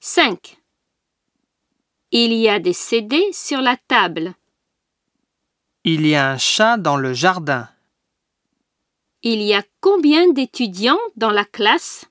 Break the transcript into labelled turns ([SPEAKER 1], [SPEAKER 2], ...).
[SPEAKER 1] 5. Il y a des CD sur la table.
[SPEAKER 2] Il y a un chat dans le jardin.
[SPEAKER 1] Il y a combien d'étudiants dans la classe